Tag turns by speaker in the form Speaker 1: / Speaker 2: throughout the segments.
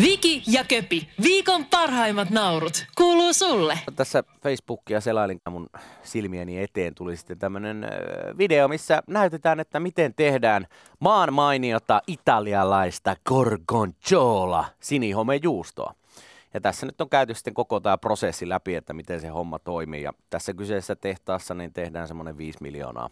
Speaker 1: Viki ja Köpi, viikon parhaimmat naurut, kuuluu sulle.
Speaker 2: Tässä Facebookia selailin ja mun silmieni eteen tuli sitten tämmönen ö, video, missä näytetään, että miten tehdään maan mainiota italialaista gorgonzola sinihomejuustoa. Ja tässä nyt on käyty sitten koko tämä prosessi läpi, että miten se homma toimii. Ja tässä kyseisessä tehtaassa niin tehdään semmoinen 5 miljoonaa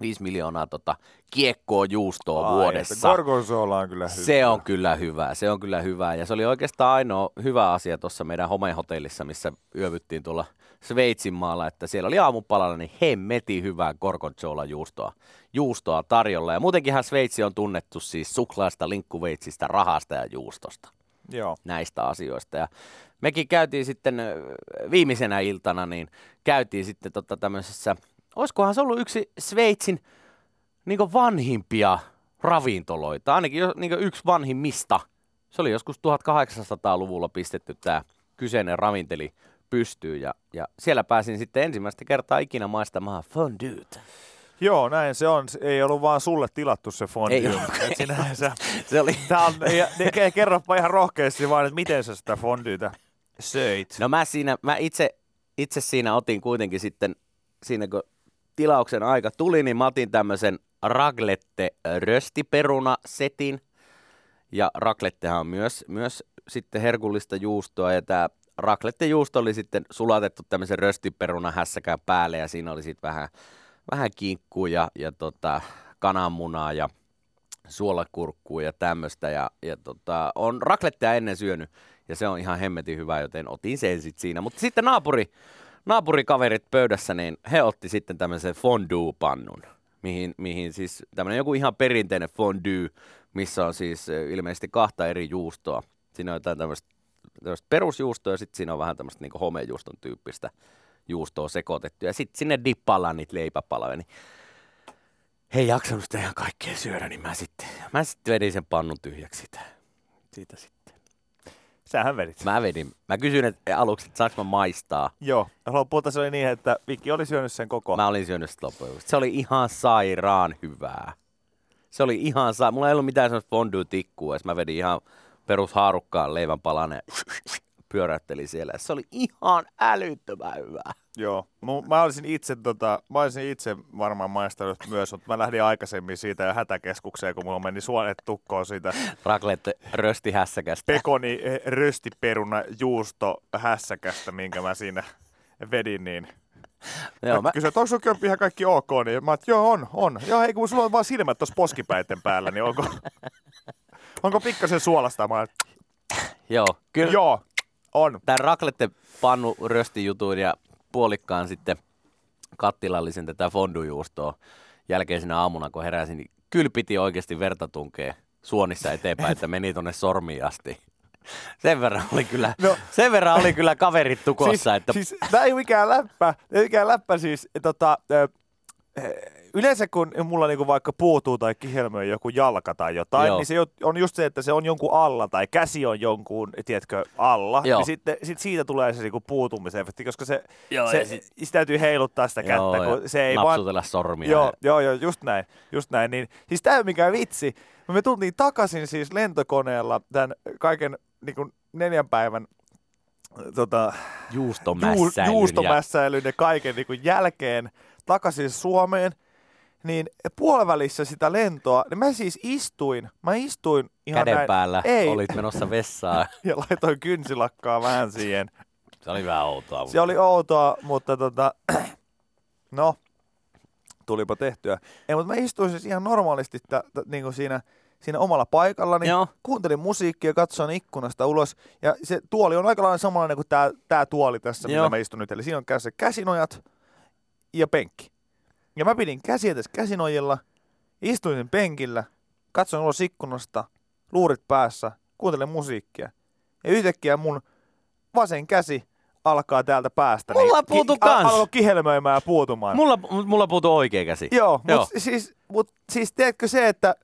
Speaker 2: 5 miljoonaa tota, kiekkoa juustoa vuodessa.
Speaker 3: Gorgonzola on kyllä hyvä.
Speaker 2: Se on kyllä hyvä, se on kyllä hyvä. Ja se oli oikeastaan ainoa hyvä asia tuossa meidän homehotellissa, missä yövyttiin tuolla Sveitsin maalla, että siellä oli aamupalalla niin hemmeti hyvää gorgonzola juustoa, juustoa tarjolla. Ja muutenkinhan Sveitsi on tunnettu siis suklaasta, linkkuveitsistä, rahasta ja juustosta
Speaker 3: Joo.
Speaker 2: näistä asioista. Ja mekin käytiin sitten ö, viimeisenä iltana, niin käytiin sitten tota tämmöisessä, olisikohan se ollut yksi Sveitsin niin vanhimpia ravintoloita, ainakin jo, niin yksi vanhimmista. Se oli joskus 1800-luvulla pistetty tämä kyseinen ravinteli pystyyn ja, ja siellä pääsin sitten ensimmäistä kertaa ikinä maistamaan fondyötä.
Speaker 3: Joo, näin se on. Se Ei ollut vaan sulle tilattu se fondue.
Speaker 2: Ei ollut.
Speaker 3: Et Sinänsä.
Speaker 2: Se oli...
Speaker 3: Tää on, ja, ne- ke- kerropa ihan rohkeasti vaan, että miten sä sitä fondytä söit.
Speaker 2: No mä, siinä, mä itse, itse siinä otin kuitenkin sitten, siinä kun tilauksen aika tuli, niin mä otin tämmöisen raglette röstiperuna setin. Ja raklettehan on myös, myös sitten herkullista juustoa ja tämä raklettejuusto oli sitten sulatettu tämmöisen röstiperuna hässäkään päälle ja siinä oli sitten vähän, vähän kinkkua ja, ja tota, kananmunaa ja suolakurkkua ja tämmöistä. Ja, ja tota, on rakletteja ennen syönyt ja se on ihan hemmetin hyvä, joten otin sen sitten siinä. Mutta sitten naapuri, naapurikaverit pöydässä, niin he otti sitten tämmöisen fondue-pannun, mihin, mihin siis tämmöinen joku ihan perinteinen fondue, missä on siis ö, ilmeisesti kahta eri juustoa. Siinä on jotain tämmöistä tämmöistä perusjuustoa ja sitten siinä on vähän tämmöistä niinku homejuuston tyyppistä juustoa sekoitettu. Ja sitten sinne dippaillaan niitä leipäpaloja. Niin he ei jaksanut sitä ihan kaikkea syödä, niin mä sitten, mä sitten vedin sen pannun tyhjäksi sitä. Siitä sitten.
Speaker 3: Sähän vedit.
Speaker 2: Mä vedin. Mä kysyin että aluksi, että saanko mä maistaa.
Speaker 3: Joo, lopulta se oli niin, että Vikki oli syönyt sen koko.
Speaker 2: Mä olin syönyt sitä loppujen lopuksi. Se oli ihan sairaan hyvää. Se oli ihan sa... Mulla ei ollut mitään semmoista fondue-tikkua, edes. mä vedin ihan perushaarukkaan leivän palan ja pyöräytteli siellä. Se oli ihan älyttömän hyvää.
Speaker 3: Joo. Mu- Mä olisin itse, tota, mä olisin itse varmaan maistanut myös, mutta mä lähdin aikaisemmin siitä jo hätäkeskukseen, kun mulla meni suonet tukkoon siitä
Speaker 2: Raklette rösti hässäkästä.
Speaker 3: pekoni eh, röstiperuna juusto hässäkästä, minkä mä siinä vedin, niin
Speaker 2: Joo, mä,
Speaker 3: Kysyin, että onko sun kömpi ihan kaikki ok, niin mä oon, että joo on, on. Joo hei, kun sulla on vaan silmät tuossa poskipäiden päällä, niin onko, onko pikkasen suolasta? Mä oon, että
Speaker 2: joo, kyllä.
Speaker 3: joo, on.
Speaker 2: tämän raklette pannu röstijutun ja puolikkaan sitten kattilallisen tätä fondujuustoa jälkeisenä aamuna, kun heräsin, niin kyllä piti oikeasti verta tunkea suonissa eteenpäin, että meni tonne sormiin asti. Sen verran oli kyllä, no.
Speaker 3: No.
Speaker 2: sen verran oli kyllä kaverit tukossa,
Speaker 3: Siis,
Speaker 2: että
Speaker 3: siis tää ei ole mikään läppä, tää ei ole mikään läppä siis, tota, ö, ö, yleensä kun mulla niinku vaikka puutuu tai kihelmöi joku jalka tai
Speaker 2: Joo.
Speaker 3: jotain, Joo. niin se jo- on just se, että se on jonkun alla tai käsi on jonkun, tiedätkö, alla.
Speaker 2: Joo.
Speaker 3: Niin sitten sit siitä tulee se niinku puutumisefekti, koska se,
Speaker 2: Joo, ja
Speaker 3: se,
Speaker 2: sit-
Speaker 3: sit... se täytyy heiluttaa sitä
Speaker 2: joo,
Speaker 3: kättä,
Speaker 2: ja
Speaker 3: kun se ei vaan
Speaker 2: napsutella sormia.
Speaker 3: Joo,
Speaker 2: ja-
Speaker 3: joo, joo, just näin, just näin. Niin, siis tämä ei ole mikään vitsi. Me tultiin takaisin siis lentokoneella tämän kaiken niin kuin neljän päivän tota, juu,
Speaker 2: juustomässäilyn. ja-
Speaker 3: juustomässäilyn ja kaiken niin kuin jälkeen takaisin Suomeen. Niin puolivälissä sitä lentoa, niin mä siis istuin, mä istuin ihan
Speaker 2: Käden
Speaker 3: näin,
Speaker 2: päällä
Speaker 3: ei,
Speaker 2: olit menossa vessaan.
Speaker 3: ja laitoin kynsilakkaa vähän siihen.
Speaker 2: Se oli vähän outoa.
Speaker 3: Se oli outoa, mutta tota, no, tulipa tehtyä. Ei, mutta mä istuin siis ihan normaalisti tä, tä, niin kuin siinä, siinä omalla paikallani,
Speaker 2: Joo.
Speaker 3: kuuntelin musiikkia, katsoin ikkunasta ulos, ja se tuoli on aika lailla samanlainen kuin tämä tää tuoli tässä,
Speaker 2: Joo.
Speaker 3: millä mä istun nyt. Eli siinä on kädessä käsinojat ja penkki. Ja mä pidin käsiä tässä käsinojilla, istuin sen penkillä, katsoin ulos ikkunasta, luurit päässä, kuuntelen musiikkia. Ja yhtäkkiä mun vasen käsi alkaa täältä päästä. niin
Speaker 2: Mulla puutu
Speaker 3: ki- al-
Speaker 2: kans.
Speaker 3: alkoi kihelmöimään ja puutumaan.
Speaker 2: Mulla, mulla puutui oikea käsi.
Speaker 3: Joo,
Speaker 2: Joo.
Speaker 3: mutta siis, mut, siis tiedätkö se, että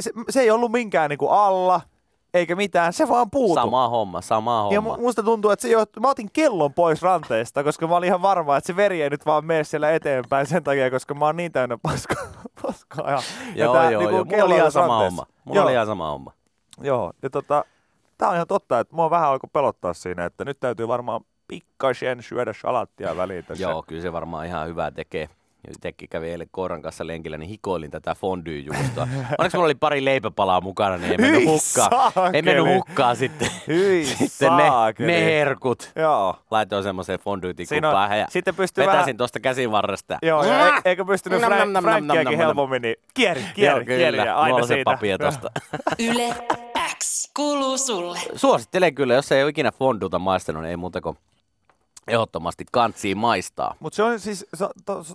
Speaker 3: se, se ei ollut minkään niinku alla, eikä mitään, se vaan puutu.
Speaker 2: Sama homma, sama homma.
Speaker 3: Ja mu- musta tuntuu, että se johtu, mä otin kellon pois ranteesta, koska mä olin ihan varma, että se veri ei nyt vaan mene siellä eteenpäin sen takia, koska mä oon niin täynnä paskaa. paskaa ja, ja
Speaker 2: Joo,
Speaker 3: tää
Speaker 2: joo,
Speaker 3: niinku
Speaker 2: joo. Mulla
Speaker 3: kello
Speaker 2: oli ihan
Speaker 3: oli
Speaker 2: sama
Speaker 3: ranteessa.
Speaker 2: homma. Mulla
Speaker 3: joo,
Speaker 2: oli ihan sama homma.
Speaker 3: joo, ja tota, Tämä on ihan totta, että mua vähän alkoi pelottaa siinä, että nyt täytyy varmaan pikkasen syödä salattia väliin tässä.
Speaker 2: Joo, kyllä se varmaan ihan hyvää tekee. Itsekin kävin eilen koiran kanssa lenkillä, niin hikoilin tätä fondyjuustoa. Onneksi mulla oli pari leipäpalaa mukana, niin ei mennyt
Speaker 3: Hyi
Speaker 2: hukkaan. Ei mennyt
Speaker 3: saakeli.
Speaker 2: hukkaan sitten,
Speaker 3: Hyi
Speaker 2: sitten ne,
Speaker 3: saakeli.
Speaker 2: ne herkut.
Speaker 3: Joo.
Speaker 2: Laitoin semmoiseen
Speaker 3: Siinä
Speaker 2: fondytikun
Speaker 3: on-
Speaker 2: päähän ja
Speaker 3: sitten pystyy
Speaker 2: vetäsin
Speaker 3: vähän-
Speaker 2: tuosta käsivarresta.
Speaker 3: Joo, ja
Speaker 2: Mua!
Speaker 3: e- eikö pystynyt
Speaker 2: Nam, nam, nam,
Speaker 3: Frank,
Speaker 2: nam, nam,
Speaker 3: Frankkiakin
Speaker 2: nam, nam.
Speaker 3: helpommin, niin kieri,
Speaker 2: Joo,
Speaker 3: kieri, kieri,
Speaker 2: kyllä.
Speaker 3: ja
Speaker 2: Mulla
Speaker 3: aina
Speaker 2: on se
Speaker 3: siitä.
Speaker 2: papia tosta.
Speaker 1: Yle X kuuluu sulle.
Speaker 2: Suosittelen kyllä, jos ei ole ikinä fonduta maistanut, niin ei muuta kuin ehdottomasti kantsiin maistaa.
Speaker 3: Mutta se on siis,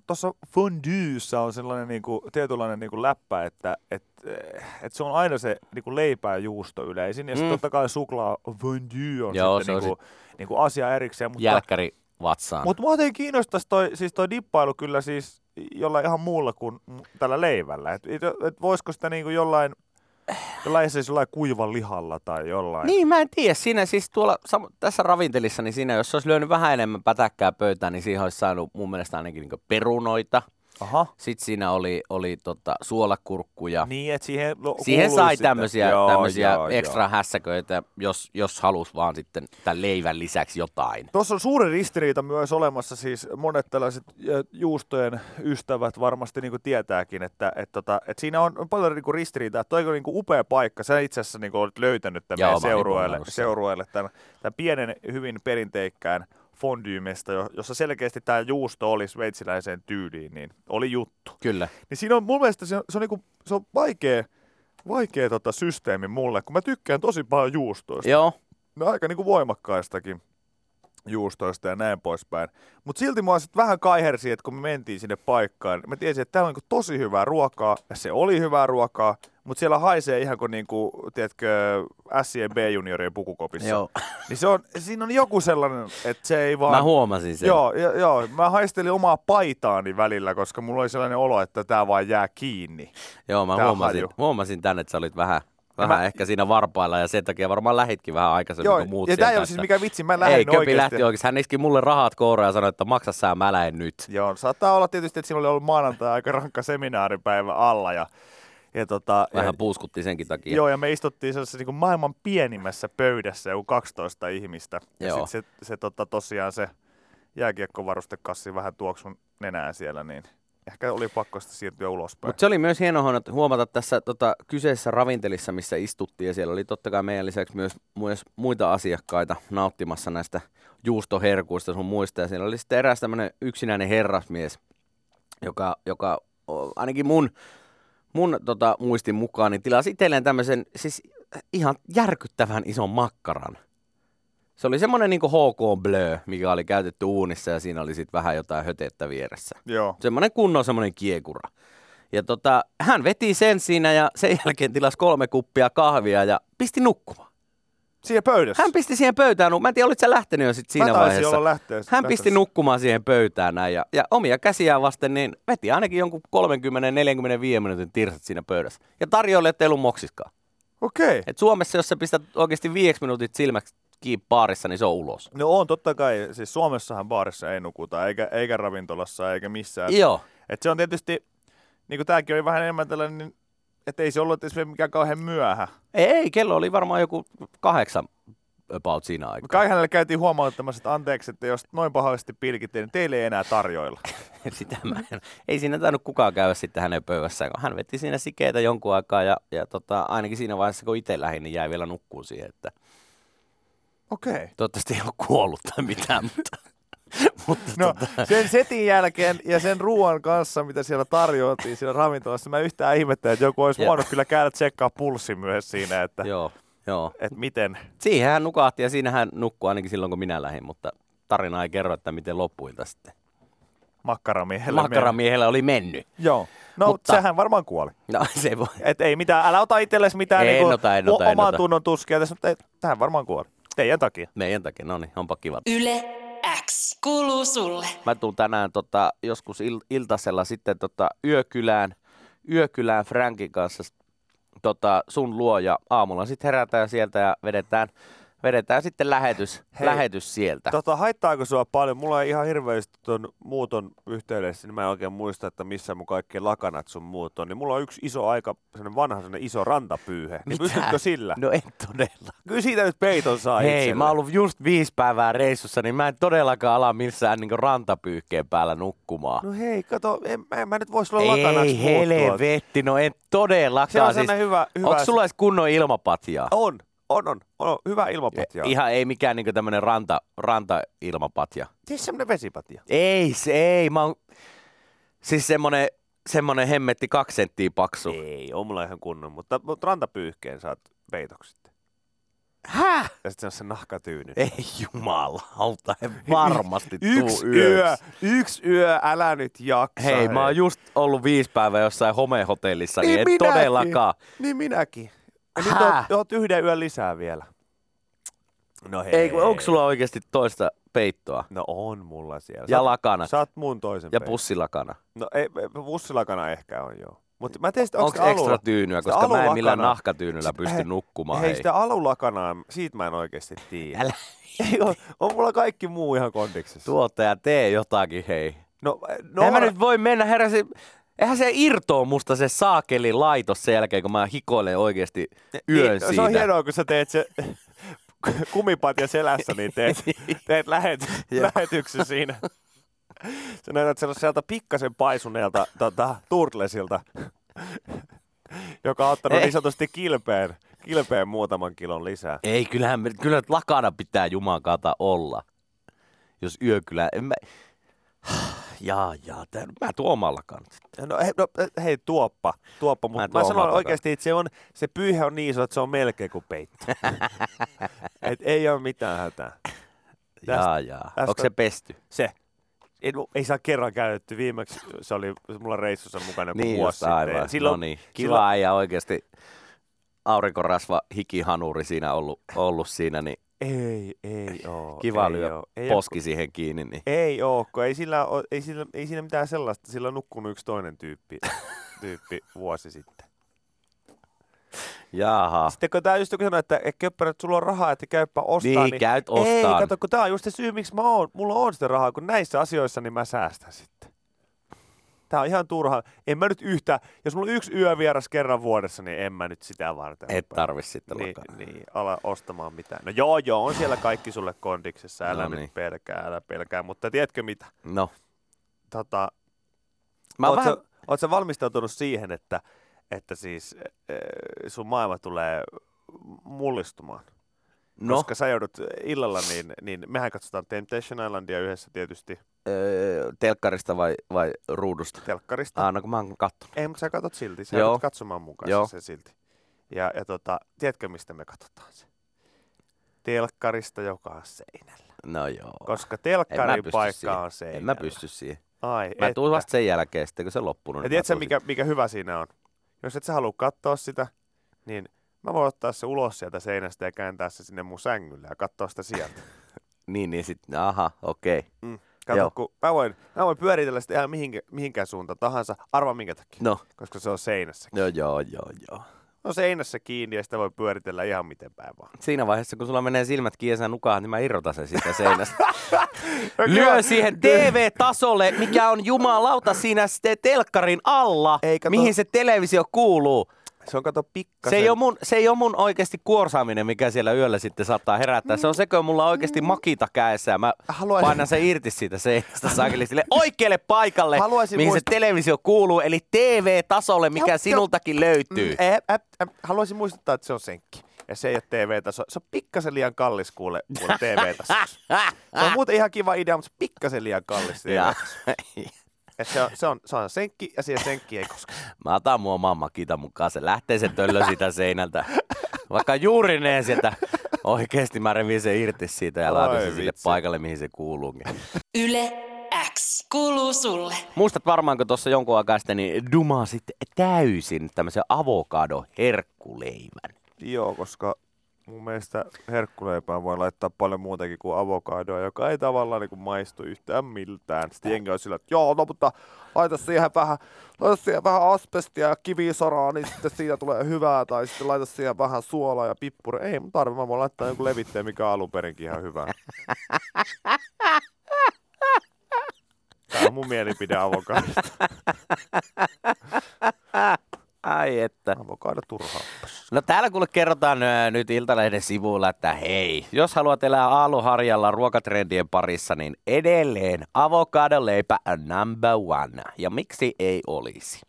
Speaker 3: tuossa fondyyssä on sellainen niinku, tietynlainen niinku läppä, että et, eh, et se on aina se niinku leipää juusto yleisin. Ja sitten
Speaker 2: Mm.
Speaker 3: totta kai suklaa fondyy on
Speaker 2: Joo,
Speaker 3: sitten
Speaker 2: se on
Speaker 3: niinku, niinku asia erikseen. Mutta,
Speaker 2: Jälkkäri vatsaan.
Speaker 3: Mutta mua ei kiinnostaisi toi, siis toi dippailu kyllä siis jollain ihan muulla kuin tällä leivällä. Et, et, et voisiko sitä niinku jollain, jollain siis jollain kuivan lihalla tai jollain.
Speaker 2: Niin, mä en tiedä. Siinä siis tuolla, sam- tässä ravintelissa, niin siinä jos olisi lyönyt vähän enemmän pätäkkää pöytään, niin siihen olisi saanut mun mielestä ainakin niin perunoita.
Speaker 3: Aha.
Speaker 2: Sitten siinä oli, oli tota, suolakurkkuja. Niin,
Speaker 3: Niin, että siihen lo-
Speaker 2: siihen
Speaker 3: kuului
Speaker 2: sai
Speaker 3: sitten-
Speaker 2: tämmöisiä,
Speaker 3: Joo,
Speaker 2: tämmöisiä
Speaker 3: joo,
Speaker 2: ekstra
Speaker 3: joo.
Speaker 2: hässäköitä, jos, jos halus vaan sitten tämän leivän lisäksi jotain.
Speaker 3: Tuossa on suuri ristiriita myös olemassa, siis monet tällaiset ö, juustojen ystävät varmasti niinku tietääkin, että et tota, et siinä on on paljon niinku ristiriitaa. Että Toi on niinku upea paikka, sä itse asiassa niinku olet löytänyt tämän
Speaker 2: Joo,
Speaker 3: meidän
Speaker 2: mä olin
Speaker 3: seurueelle,
Speaker 2: huomannut sen.
Speaker 3: seurueelle tämän, tämän, pienen, hyvin perinteikkään fondyymesta, jo- jossa selkeästi tämä juusto oli sveitsiläiseen tyyliin, niin oli juttu.
Speaker 2: Kyllä.
Speaker 3: Niin siinä on mun mielestä se on, se on, niinku, se on vaikea, vaikea tota systeemi mulle, kun mä tykkään tosi paljon juustoista
Speaker 2: Joo.
Speaker 3: no aika niinku voimakkaistakin juustoista ja näin poispäin. Mutta silti mua sit vähän kaihersi, että kun me mentiin sinne paikkaan, mä tiesin, että täällä on niinku tosi hyvää ruokaa, ja se oli hyvää ruokaa, mutta siellä haisee ihan kuin niinku, tiedätkö, SCB-juniorien pukukopissa.
Speaker 2: Joo.
Speaker 3: Niin se on, siinä on joku sellainen, että se ei vaan...
Speaker 2: Mä huomasin sen.
Speaker 3: Joo, jo- joo, mä haistelin omaa paitaani välillä, koska mulla oli sellainen olo, että tämä vaan jää kiinni.
Speaker 2: Joo, mä
Speaker 3: Tää
Speaker 2: huomasin,
Speaker 3: haju.
Speaker 2: huomasin tän, että sä olit vähän, vähän
Speaker 3: mä-
Speaker 2: ehkä siinä varpailla ja sen takia varmaan lähitkin vähän aikaisemmin kuin niinku muut
Speaker 3: ja tämä ei
Speaker 2: sieltä,
Speaker 3: ole siis
Speaker 2: että-
Speaker 3: mikään vitsi, mä lähdin
Speaker 2: Ei, Köpi
Speaker 3: oikeasti.
Speaker 2: lähti oikeasti. Hän iski mulle rahat kouraan ja sanoi, että maksa sä, mä lähden nyt.
Speaker 3: Joo, saattaa olla tietysti, että siinä oli ollut maanantai aika rankka seminaaripäivä alla ja, ja tota,
Speaker 2: Vähän
Speaker 3: ja,
Speaker 2: puuskutti senkin takia.
Speaker 3: Joo, ja me istuttiin sellaisessa niin maailman pienimmässä pöydässä, joku 12 ihmistä. Ja
Speaker 2: Joo.
Speaker 3: sitten se, se tota, tosiaan se jääkiekkovarustekassi vähän tuoksun nenään siellä, niin ehkä oli pakko sitten siirtyä ulospäin.
Speaker 2: Mutta se oli myös hienoa huomata- huomata tässä tota, kyseisessä ravintelissa, missä istuttiin. Ja siellä oli totta kai meidän lisäksi myös, myös muita asiakkaita nauttimassa näistä juustoherkuista sun muista. Ja siellä oli sitten eräs tämmöinen yksinäinen herrasmies, joka, joka o, ainakin mun, mun tota, muistin mukaan niin tilasi itselleen tämmöisen siis ihan järkyttävän ison makkaran. Se oli semmoinen niin HK Blö, mikä oli käytetty uunissa ja siinä oli sitten vähän jotain hötettä vieressä.
Speaker 3: Joo.
Speaker 2: Semmoinen kunnon semmoinen kiekura. Ja tota, hän veti sen siinä ja sen jälkeen tilasi kolme kuppia kahvia ja pisti nukkumaan.
Speaker 3: Siinä pöydässä.
Speaker 2: Hän pisti siihen pöytään, nu- mä en tiedä, olit sä lähtenyt jo sit siinä
Speaker 3: mä taisin
Speaker 2: vaiheessa.
Speaker 3: olla lähteessä.
Speaker 2: Hän pisti
Speaker 3: lähteessä.
Speaker 2: nukkumaan siihen pöytään näin ja, ja omia käsiään vasten niin veti ainakin jonkun 30-45 minuutin tirsat siinä pöydässä. Ja tarjolle ettei ollut moksiskaan.
Speaker 3: Okei.
Speaker 2: Et Suomessa, jos sä pistät oikeasti viieksi minuutit silmäksi kiinni baarissa, niin se on ulos.
Speaker 3: No on, totta kai. Siis Suomessahan baarissa ei nukuta, eikä, eikä ravintolassa, eikä missään.
Speaker 2: Joo,
Speaker 3: Et se on tietysti, niin kuin tämäkin oli vähän enemmän tällainen, niin, että ei se ollut esimerkiksi mikään kauhean myöhä.
Speaker 2: ei, kello oli varmaan joku kahdeksan about siinä aikaa.
Speaker 3: Kaiken hänelle käytiin huomauttamassa, että anteeksi, että jos noin pahasti pilkitte, niin teille ei enää tarjoilla.
Speaker 2: Sitä mä en. Ei siinä tainnut kukaan käydä sitten hänen pöydässään, kun hän veti siinä sikeitä jonkun aikaa ja, ja tota, ainakin siinä vaiheessa, kun itse lähdin, niin jäi vielä nukkuun siihen, että
Speaker 3: Okei. Okay.
Speaker 2: toivottavasti ei ole kuollut tai mitään, mutta, mutta
Speaker 3: No,
Speaker 2: tota,
Speaker 3: sen setin jälkeen ja sen ruoan kanssa, mitä siellä tarjoiltiin siellä ravintolassa, mä yhtään ihmettelen, että joku olisi
Speaker 2: Joo.
Speaker 3: voinut kyllä käydä tsekkaa pulssi myös siinä, että,
Speaker 2: joo, joo.
Speaker 3: että miten.
Speaker 2: Siihen hän nukahti ja siinä hän nukkui ainakin silloin, kun minä lähdin, mutta tarina ei kerro, että miten loppuilta sitten.
Speaker 3: Makkaramiehelle.
Speaker 2: Makkaramiehellä oli mennyt.
Speaker 3: meni. Joo. No,
Speaker 2: Mutta-
Speaker 3: Mutta... sehän varmaan kuoli.
Speaker 2: No se voi.
Speaker 3: Et ei mitään, älä ota itsellesi mitään
Speaker 2: En
Speaker 3: niinku,
Speaker 2: ota, en ota, en
Speaker 3: oman
Speaker 2: ota.
Speaker 3: tunnon tuskia tässä, mutta ei, tähän varmaan kuoli. Teidän takia.
Speaker 2: Meidän takia, no niin, onpa kiva.
Speaker 1: Yle X kuuluu sulle.
Speaker 2: Mä tuun tänään tota, joskus il- iltasella sitten tota, yökylään, yökylään Frankin kanssa tota, sun luo ja aamulla sitten herätään sieltä ja vedetään Vedetään sitten lähetys,
Speaker 4: Hei.
Speaker 2: lähetys sieltä.
Speaker 3: Tota, haittaako sua paljon? Mulla ei ihan hirveästi ton muuton yhteydessä, niin mä en oikein muista, että missä mun kaikki lakanat sun muut on. Niin mulla on yksi iso aika, sellainen vanha sellainen iso rantapyyhe. Niin
Speaker 2: Mitä?
Speaker 3: pystytkö sillä? No.
Speaker 2: No en todella.
Speaker 3: Kyllä siitä nyt peiton saa
Speaker 2: Hei,
Speaker 3: itselle.
Speaker 2: mä oon ollut just viisi päivää reissussa, niin mä en todellakaan ala missään niin rantapyyhkeen päällä nukkumaan.
Speaker 3: No hei, kato, en, mä, en mä nyt vois olla lakanaksi
Speaker 2: Ei
Speaker 3: muuttua.
Speaker 2: helvetti, no en
Speaker 3: Se on
Speaker 2: todellakaan. Siis,
Speaker 3: sellainen hyvä, hyvä.
Speaker 2: onko sulla edes kunnon ilmapatjaa?
Speaker 3: On, on, on, on, hyvä ilmapatja.
Speaker 2: Ihan ei mikään niinku tämmönen ranta, rantailmapatja.
Speaker 3: Siis semmonen vesipatja.
Speaker 2: Ei, se ei. Mä oon... Siis semmonen, semmonen hemmetti kaksi senttiä paksu.
Speaker 3: Ei, on mulla ihan kunnon, mutta, mutta rantapyyhkeen saat peitoksi sitten.
Speaker 2: Häh?
Speaker 3: Ja sitten se on se nahkatyyny.
Speaker 2: Ei jumalauta, en varmasti
Speaker 3: Yksi
Speaker 2: tuu
Speaker 3: yö,
Speaker 2: yöksi.
Speaker 3: yksi yö, älä nyt jaksa.
Speaker 2: Hei, mä oon just ollut viisi päivää jossain homehotellissa, niin,
Speaker 3: Niin
Speaker 2: en
Speaker 3: minäkin.
Speaker 2: todellakaan.
Speaker 3: Niin minäkin. Ja nyt
Speaker 2: Häh?
Speaker 3: oot, oot yhden yön lisää vielä. No hei.
Speaker 2: Ei, kun onko sulla oikeasti toista peittoa?
Speaker 3: No on mulla siellä.
Speaker 2: Ja
Speaker 3: Sä-
Speaker 2: lakana.
Speaker 3: Sä oot mun toisen
Speaker 2: Ja
Speaker 3: pein.
Speaker 2: pussilakana.
Speaker 3: No ei, ei, pussilakana ehkä on joo. Mutta mä tein sitä,
Speaker 2: Onko
Speaker 3: sitä
Speaker 2: ekstra
Speaker 3: alu-
Speaker 2: tyynyä,
Speaker 3: sitä
Speaker 2: koska mä en millään
Speaker 3: alulakanaa?
Speaker 2: nahkatyynyllä
Speaker 3: Sitä-
Speaker 2: pysty
Speaker 3: hei,
Speaker 2: nukkumaan.
Speaker 3: Hei,
Speaker 2: Hei,
Speaker 3: sitä alulakanaa, siitä mä en oikeasti tiedä.
Speaker 2: Älä
Speaker 3: Ei, on, on mulla kaikki muu ihan kondiksessa.
Speaker 2: tuottaja, tee jotakin, hei.
Speaker 3: No,
Speaker 2: No,
Speaker 3: no,
Speaker 2: en mä nyt voi mennä, herra, se, eihän se irtoo musta se saakeli laitos sen jälkeen, kun mä hikoilen oikeasti yön
Speaker 3: niin,
Speaker 2: siitä.
Speaker 3: Se on hienoa, kun sä teet se kumipatja selässä, niin teet, teet lähet, lähetyksen siinä. Sä näytät sellaiselta pikkasen paisuneelta tota, turtlesilta, joka on ottanut
Speaker 2: Ei.
Speaker 3: niin sanotusti kilpeen, kilpeen muutaman kilon lisää.
Speaker 2: Ei, kyllähän me, kyllä nyt lakana pitää Juman kautta olla. Jos yökylä, en mä... Jaa, jaa, tää, mä tuon oman lakanat.
Speaker 3: No, he, no hei, tuoppa. tuoppa
Speaker 2: Mä en
Speaker 3: mutta
Speaker 2: tuo
Speaker 3: mä,
Speaker 2: omaa
Speaker 3: sanon
Speaker 2: takaa.
Speaker 3: oikeasti, että se, on, se pyyhe on niin iso, että se on melkein kuin peitto. Et ei ole mitään hätää. Tästä-
Speaker 2: Jaa, jaa.
Speaker 3: tästä-
Speaker 2: Onko se pesty?
Speaker 3: Se. En, ei saa kerran käytetty. Viimeksi se oli mulla reissussa mukana joku
Speaker 2: Niin
Speaker 3: vuosi
Speaker 2: just,
Speaker 3: sitten.
Speaker 2: aivan.
Speaker 3: Ja Silloin,
Speaker 2: no niin. Kiva
Speaker 3: silloin,
Speaker 2: äijä oikeasti aurinkorasva hikihanuri siinä ollut, ollut siinä, niin
Speaker 3: ei, ei oo.
Speaker 2: kiva
Speaker 3: ei
Speaker 2: lyö
Speaker 3: oo. Ei
Speaker 2: poski siihen kiinni. Niin.
Speaker 3: oo- Ei oo, kun ei, sillä, oo- ei, sillä, ei siinä mitään sellaista. Sillä on nukkunut yksi toinen tyyppi, tyyppi vuosi sitten.
Speaker 2: Jaha.
Speaker 3: Sitten kun tää just joku sanoi, että et köppä nyt sulla on rahaa, että käypä ostaa.
Speaker 2: Niin,
Speaker 3: Niin,
Speaker 2: käyt
Speaker 3: Ei,
Speaker 2: ostaan.
Speaker 3: kato, kun tää on just se syy, miksi mä oon, mulla on sitä rahaa, kun näissä asioissa niin mä säästän sitten. Tää on ihan turha. En mä nyt yhtä, jos mulla on yksi yövieras kerran vuodessa, niin en mä nyt sitä varten.
Speaker 2: Et
Speaker 3: rupea.
Speaker 2: tarvi sitten niin,
Speaker 3: niin,
Speaker 2: lakana.
Speaker 3: niin, ala ostamaan mitään. No joo, joo, on siellä kaikki sulle kondiksessa, älä
Speaker 2: No
Speaker 3: no niin.
Speaker 2: niin.
Speaker 3: nyt pelkää, älä pelkää, mutta tiedätkö mitä?
Speaker 2: No.
Speaker 3: Tota,
Speaker 2: Mä oon
Speaker 3: oot,
Speaker 2: vähän...
Speaker 3: sä, oot sä valmistautunut siihen, että, että siis äh, sun maailma tulee mullistumaan?
Speaker 2: No,
Speaker 3: Koska sä joudut illalla, niin, niin mehän katsotaan Temptation Islandia yhdessä tietysti
Speaker 2: öö, telkkarista vai, vai ruudusta?
Speaker 3: telkkarista.
Speaker 2: Ah, no kun mä oon kattonut.
Speaker 3: Ei, mutta sä katot silti. Sä
Speaker 2: Joo.
Speaker 3: joudut katsomaan mun kanssa
Speaker 2: Joo.
Speaker 3: se silti. Ja, ja tota, tiedätkö, mistä me katsotaan se? Telkkarista, joka on seinällä.
Speaker 2: No joo.
Speaker 3: Koska
Speaker 2: En mä
Speaker 3: telkkarin
Speaker 2: pysty
Speaker 3: paikka
Speaker 2: siihen.
Speaker 3: on seinällä.
Speaker 2: En mä pysty siihen.
Speaker 3: Ai,
Speaker 2: Mä
Speaker 3: että.
Speaker 2: tuun vasta sen jälkeen, sitten kun se on loppunut.
Speaker 3: Ja
Speaker 2: niin mä
Speaker 3: tiedätkö,
Speaker 2: tuun
Speaker 3: mikä, mikä hyvä siinä on? Jos et sä halua katsoa sitä, niin mä voin ottaa se ulos sieltä seinästä ja kääntää se sinne mun sängylle ja katsoa sitä sieltä.
Speaker 2: sitten. Niin, niin sitten, aha, okei. Okay.
Speaker 3: Mm.
Speaker 2: Joo.
Speaker 3: Kato, kun mä voin, mä voin pyöritellä sitä ihan mihinkä, mihinkään suuntaan tahansa. Arva minkä takia.
Speaker 2: No,
Speaker 3: Koska se on seinässä.
Speaker 2: no joo, joo, joo.
Speaker 3: On seinässä kiinni ja sitä voi pyöritellä ihan miten päin vaan.
Speaker 2: Siinä vaiheessa, kun sulla menee silmät kiinni ja sä nukahat, niin mä irrotan sen siitä seinästä.
Speaker 3: No
Speaker 2: Lyö
Speaker 3: kyllä.
Speaker 2: siihen TV-tasolle, mikä on jumalauta siinä sitten telkkarin alla,
Speaker 3: Ei, kato.
Speaker 2: mihin se televisio kuuluu.
Speaker 3: Se on kato pikkasen.
Speaker 2: Se ei, ole mun, se ei ole mun oikeasti kuorsaaminen, mikä siellä yöllä sitten saattaa herättää. Se on se, kun mulla on oikeasti makita kädessä ja mä
Speaker 3: Haluaisin-
Speaker 2: painan sen irti siitä seinästä saakeli sille oikealle paikalle,
Speaker 3: Haluaisin
Speaker 2: mihin
Speaker 3: muist-
Speaker 2: se televisio kuuluu, eli TV-tasolle, mikä
Speaker 3: Joo, joo.
Speaker 2: sinultakin löytyy.
Speaker 3: Mm, ä, ä, ä, haluaisin muistuttaa, että se on senkki. Ja se ei ole TV-taso. Se on pikkasen liian kallis kuule, kuule TV-taso. Se on muuten ihan kiva idea, mutta se on pikkasen liian kallis.
Speaker 2: Ja,
Speaker 3: TV. Et se, on, se, on, se on senkki ja siihen senkki ei koskaan.
Speaker 2: mä otan mua mamma kita mukaan, se lähtee se töllö siitä seinältä. Vaikka juuri ne sieltä, oikeasti mä revin sen irti siitä ja laitan
Speaker 3: Oi
Speaker 2: sen sille
Speaker 3: vitsi.
Speaker 2: paikalle, mihin se kuuluukin.
Speaker 1: Yle X. Kuuluu sulle.
Speaker 2: Muistat varmaan, kun tuossa jonkun aikaa sitten niin dumasit täysin tämmöisen avokadoherkkuleivän.
Speaker 3: Joo, koska Mun mielestä herkkuleipään voi laittaa paljon muutakin kuin avokadoa, joka ei tavallaan niin maistu yhtään miltään. Sitten jengi on sillä, että joo, no mutta laita siihen vähän, laita siihen vähän asbestia ja kivisaraa, niin sitten siitä tulee hyvää. Tai sitten laita siihen vähän suolaa ja pippuria. Ei mun tarve, mä voin laittaa joku levitteen, mikä on alun perinkin ihan hyvä. Tämä on mun mielipide avokadosta.
Speaker 2: Ai että.
Speaker 3: Avokado turhaa.
Speaker 2: No täällä kuule kerrotaan ö, nyt Iltalehden sivuilla, että hei, jos haluat elää aaluharjalla ruokatrendien parissa, niin edelleen avokadoleipä on number one. Ja miksi ei olisi?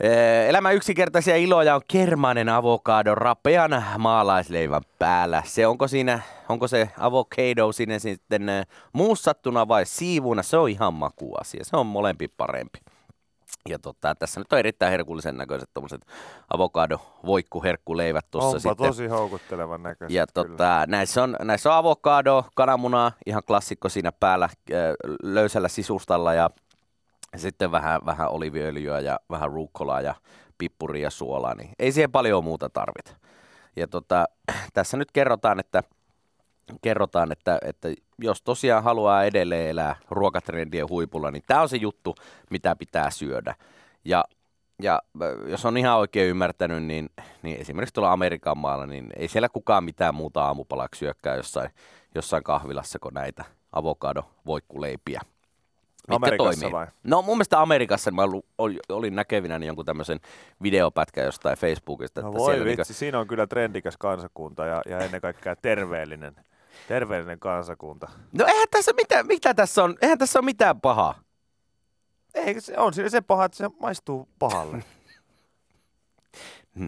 Speaker 2: Ee, Elämän Eh, yksinkertaisia iloja on kermainen avokado rapean maalaisleivän päällä. Se onko, siinä, onko se avokado sinne sitten ö, muussattuna vai siivuna, se on ihan makuasia. Se on molempi parempi. Ja tota, tässä nyt on erittäin herkullisen näköiset tuommoiset avokado voikkuherkkuleivät tuossa
Speaker 3: Onpa
Speaker 2: sitten.
Speaker 3: tosi houkuttelevan näköistä.
Speaker 2: Ja
Speaker 3: kyllä.
Speaker 2: tota, näissä, on, näissä on avokado, kananmunaa, ihan klassikko siinä päällä ö, löysällä sisustalla ja sitten vähän, vähän oliviöljyä ja vähän ruukkolaa ja pippuria ja suolaa, niin ei siihen paljon muuta tarvita. Ja tota, tässä nyt kerrotaan, että, kerrotaan että, että jos tosiaan haluaa edelleen elää ruokatrendien huipulla, niin tämä on se juttu, mitä pitää syödä. Ja ja ö, jos on ihan oikein ymmärtänyt, niin, niin esimerkiksi tuolla Amerikan maalla, niin ei siellä kukaan mitään muuta aamupalaksi syökkää jossain, jossain kahvilassa kuin näitä avokado-voikkuleipiä. mitkä
Speaker 3: Amerikassa vai?
Speaker 2: No mun mielestä Amerikassa mä lu- ol- olin näkevinä niin jonkun tämmöisen videopätkän jostain Facebookista. niinku-
Speaker 3: No voi
Speaker 2: niinkö-
Speaker 3: vitsi, siinä on kyllä trendikäs kansakunta ja, ja ennen kaikkea terveellinen, terveellinen kansakunta.
Speaker 2: No eihän tässä mitään, mitä tässä on, eihän tässä ole mitään pahaa.
Speaker 3: Ei, se on siinä se paha, että se maistuu pahalle.